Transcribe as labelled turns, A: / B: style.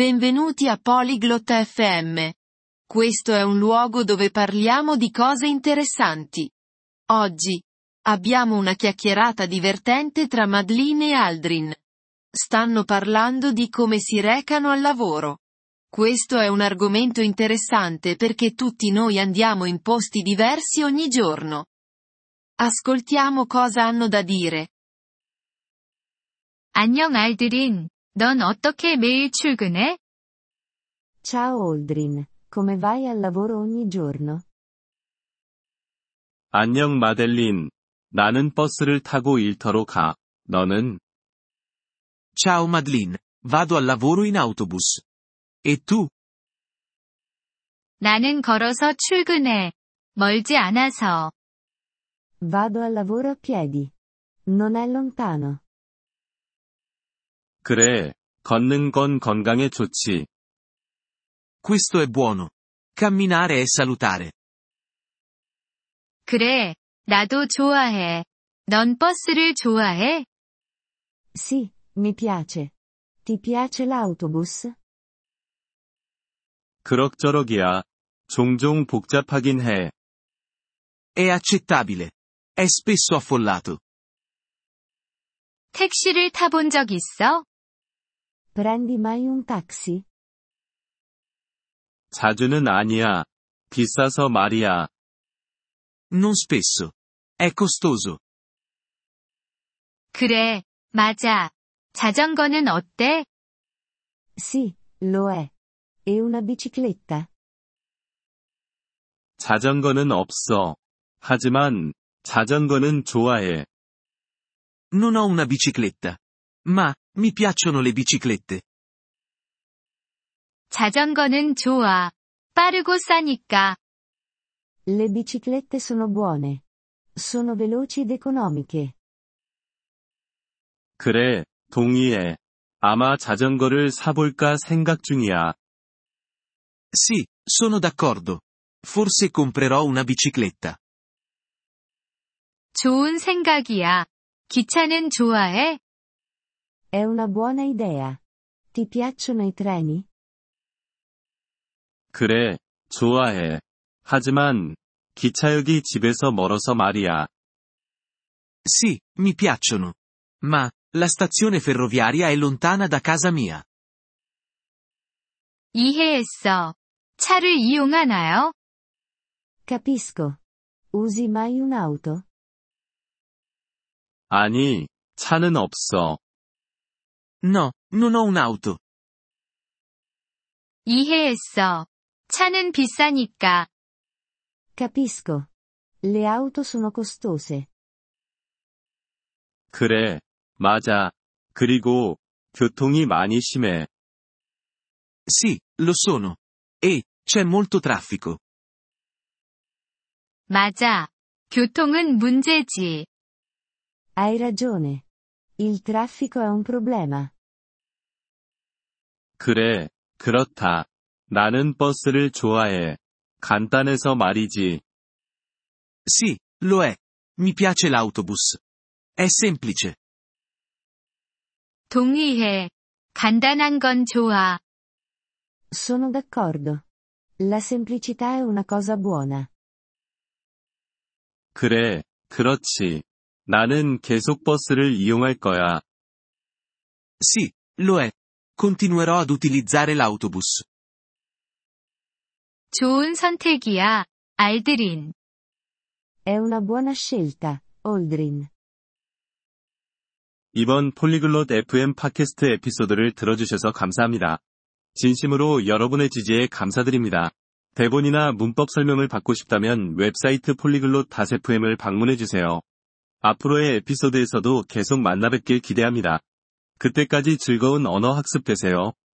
A: Benvenuti a Polyglot FM. Questo è un luogo dove parliamo di cose interessanti. Oggi abbiamo una chiacchierata divertente tra Madeline e Aldrin. Stanno parlando di come si recano al lavoro. Questo è un argomento interessante perché tutti noi andiamo in posti diversi ogni giorno. Ascoltiamo cosa hanno da dire.
B: 안녕 알드린. 넌 어떻게 매일 출근해?
C: Ciao Oldrin, come vai al lavoro ogni giorno?
D: 안녕 마델린. 나는 버스를 타고 일터로 가. 너는?
E: Ciao Madeline, vado al lavoro in autobus. E tu?
B: 나는 걸어서 출근해. 멀지 않아서.
C: Vado al lavoro a piedi. Non è lontano.
D: 그래. 걷는 건 건강에 좋지.
E: Questo è buono. Camminare è salutare.
B: 그래. 나도 좋아해. 넌 버스를 좋아해?
C: Sì, mi piace. Ti piace l'autobus?
D: 그럭저럭이야. 종종 복잡하긴 해.
E: È accettabile. È spesso affollato.
B: 택시를 타본 적 있어?
C: Prendi mai un taxi?
D: 자주는 아니야. 비싸서 말이야.
E: Non spesso. È costoso.
B: 그래. 맞아. 자전거는 어때?
C: Sì, lo è. E una bicicletta?
D: 자전거는 없어. 하지만 자전거는 좋아해.
E: Non ho una bicicletta. Ma, mi piacciono le biciclette.
B: 자전거는 좋아. 빠르고 싸니까.
C: Le biciclette sono buone. Sono veloci ed economiche.
D: 그래, 동의해. 아마 자전거를 사볼까 생각 중이야.
E: Sì, sono d'accordo. Forse comprerò una bicicletta.
B: 좋은 생각이야. 기차는 좋아해?
C: È una buona idea. Ti piacciono i treni?
D: 그래, 좋아해. 하지만 기차역이 집에서 멀어서 말이야.
E: Sì, mi piacciono. Ma, la stazione ferroviaria è lontana da casa mia.
B: 이해했어. 차를 이용하나요?
C: Capisco. Usi mai un'auto?
D: 아니, 차는 없어.
E: No, non ho un'auto.
B: 이해했어. 차는 비싸니까.
C: Capisco. Le auto sono costose.
D: 그래, 맞아. 그리고 교통이 많이 심해.
E: Sì, lo sono. E, c'è molto traffico.
B: 맞아. 교통은 문제지.
C: Hai ragione. Il traffico è un problema.
D: 그래, 그렇다. 나는 버스를 좋아해. 간단해서 말이지.
E: Sì, lo è. Mi piace l'autobus. È semplice.
B: 동의해. 간단한 건 좋아.
C: Sono d'accordo. La semplicità è una cosa buona.
D: 그래, 그렇지. 나는 계속 버스를 이용할 거야.
E: Sì, lo è. Continuerò ad utilizzare l'autobus.
B: 좋은 선택이야. 알드린.
C: È una buona scelta, Oldrin.
D: 이번 폴리글롯 FM 팟캐스트 에피소드를 들어주셔서 감사합니다. 진심으로 여러분의 지지에 감사드립니다. 대본이나 문법 설명을 받고 싶다면 웹사이트 폴리글롯 FM을 방문해주세요. 앞으로의 에피소드에서도 계속 만나뵙길 기대합니다. 그때까지 즐거운 언어 학습 되세요.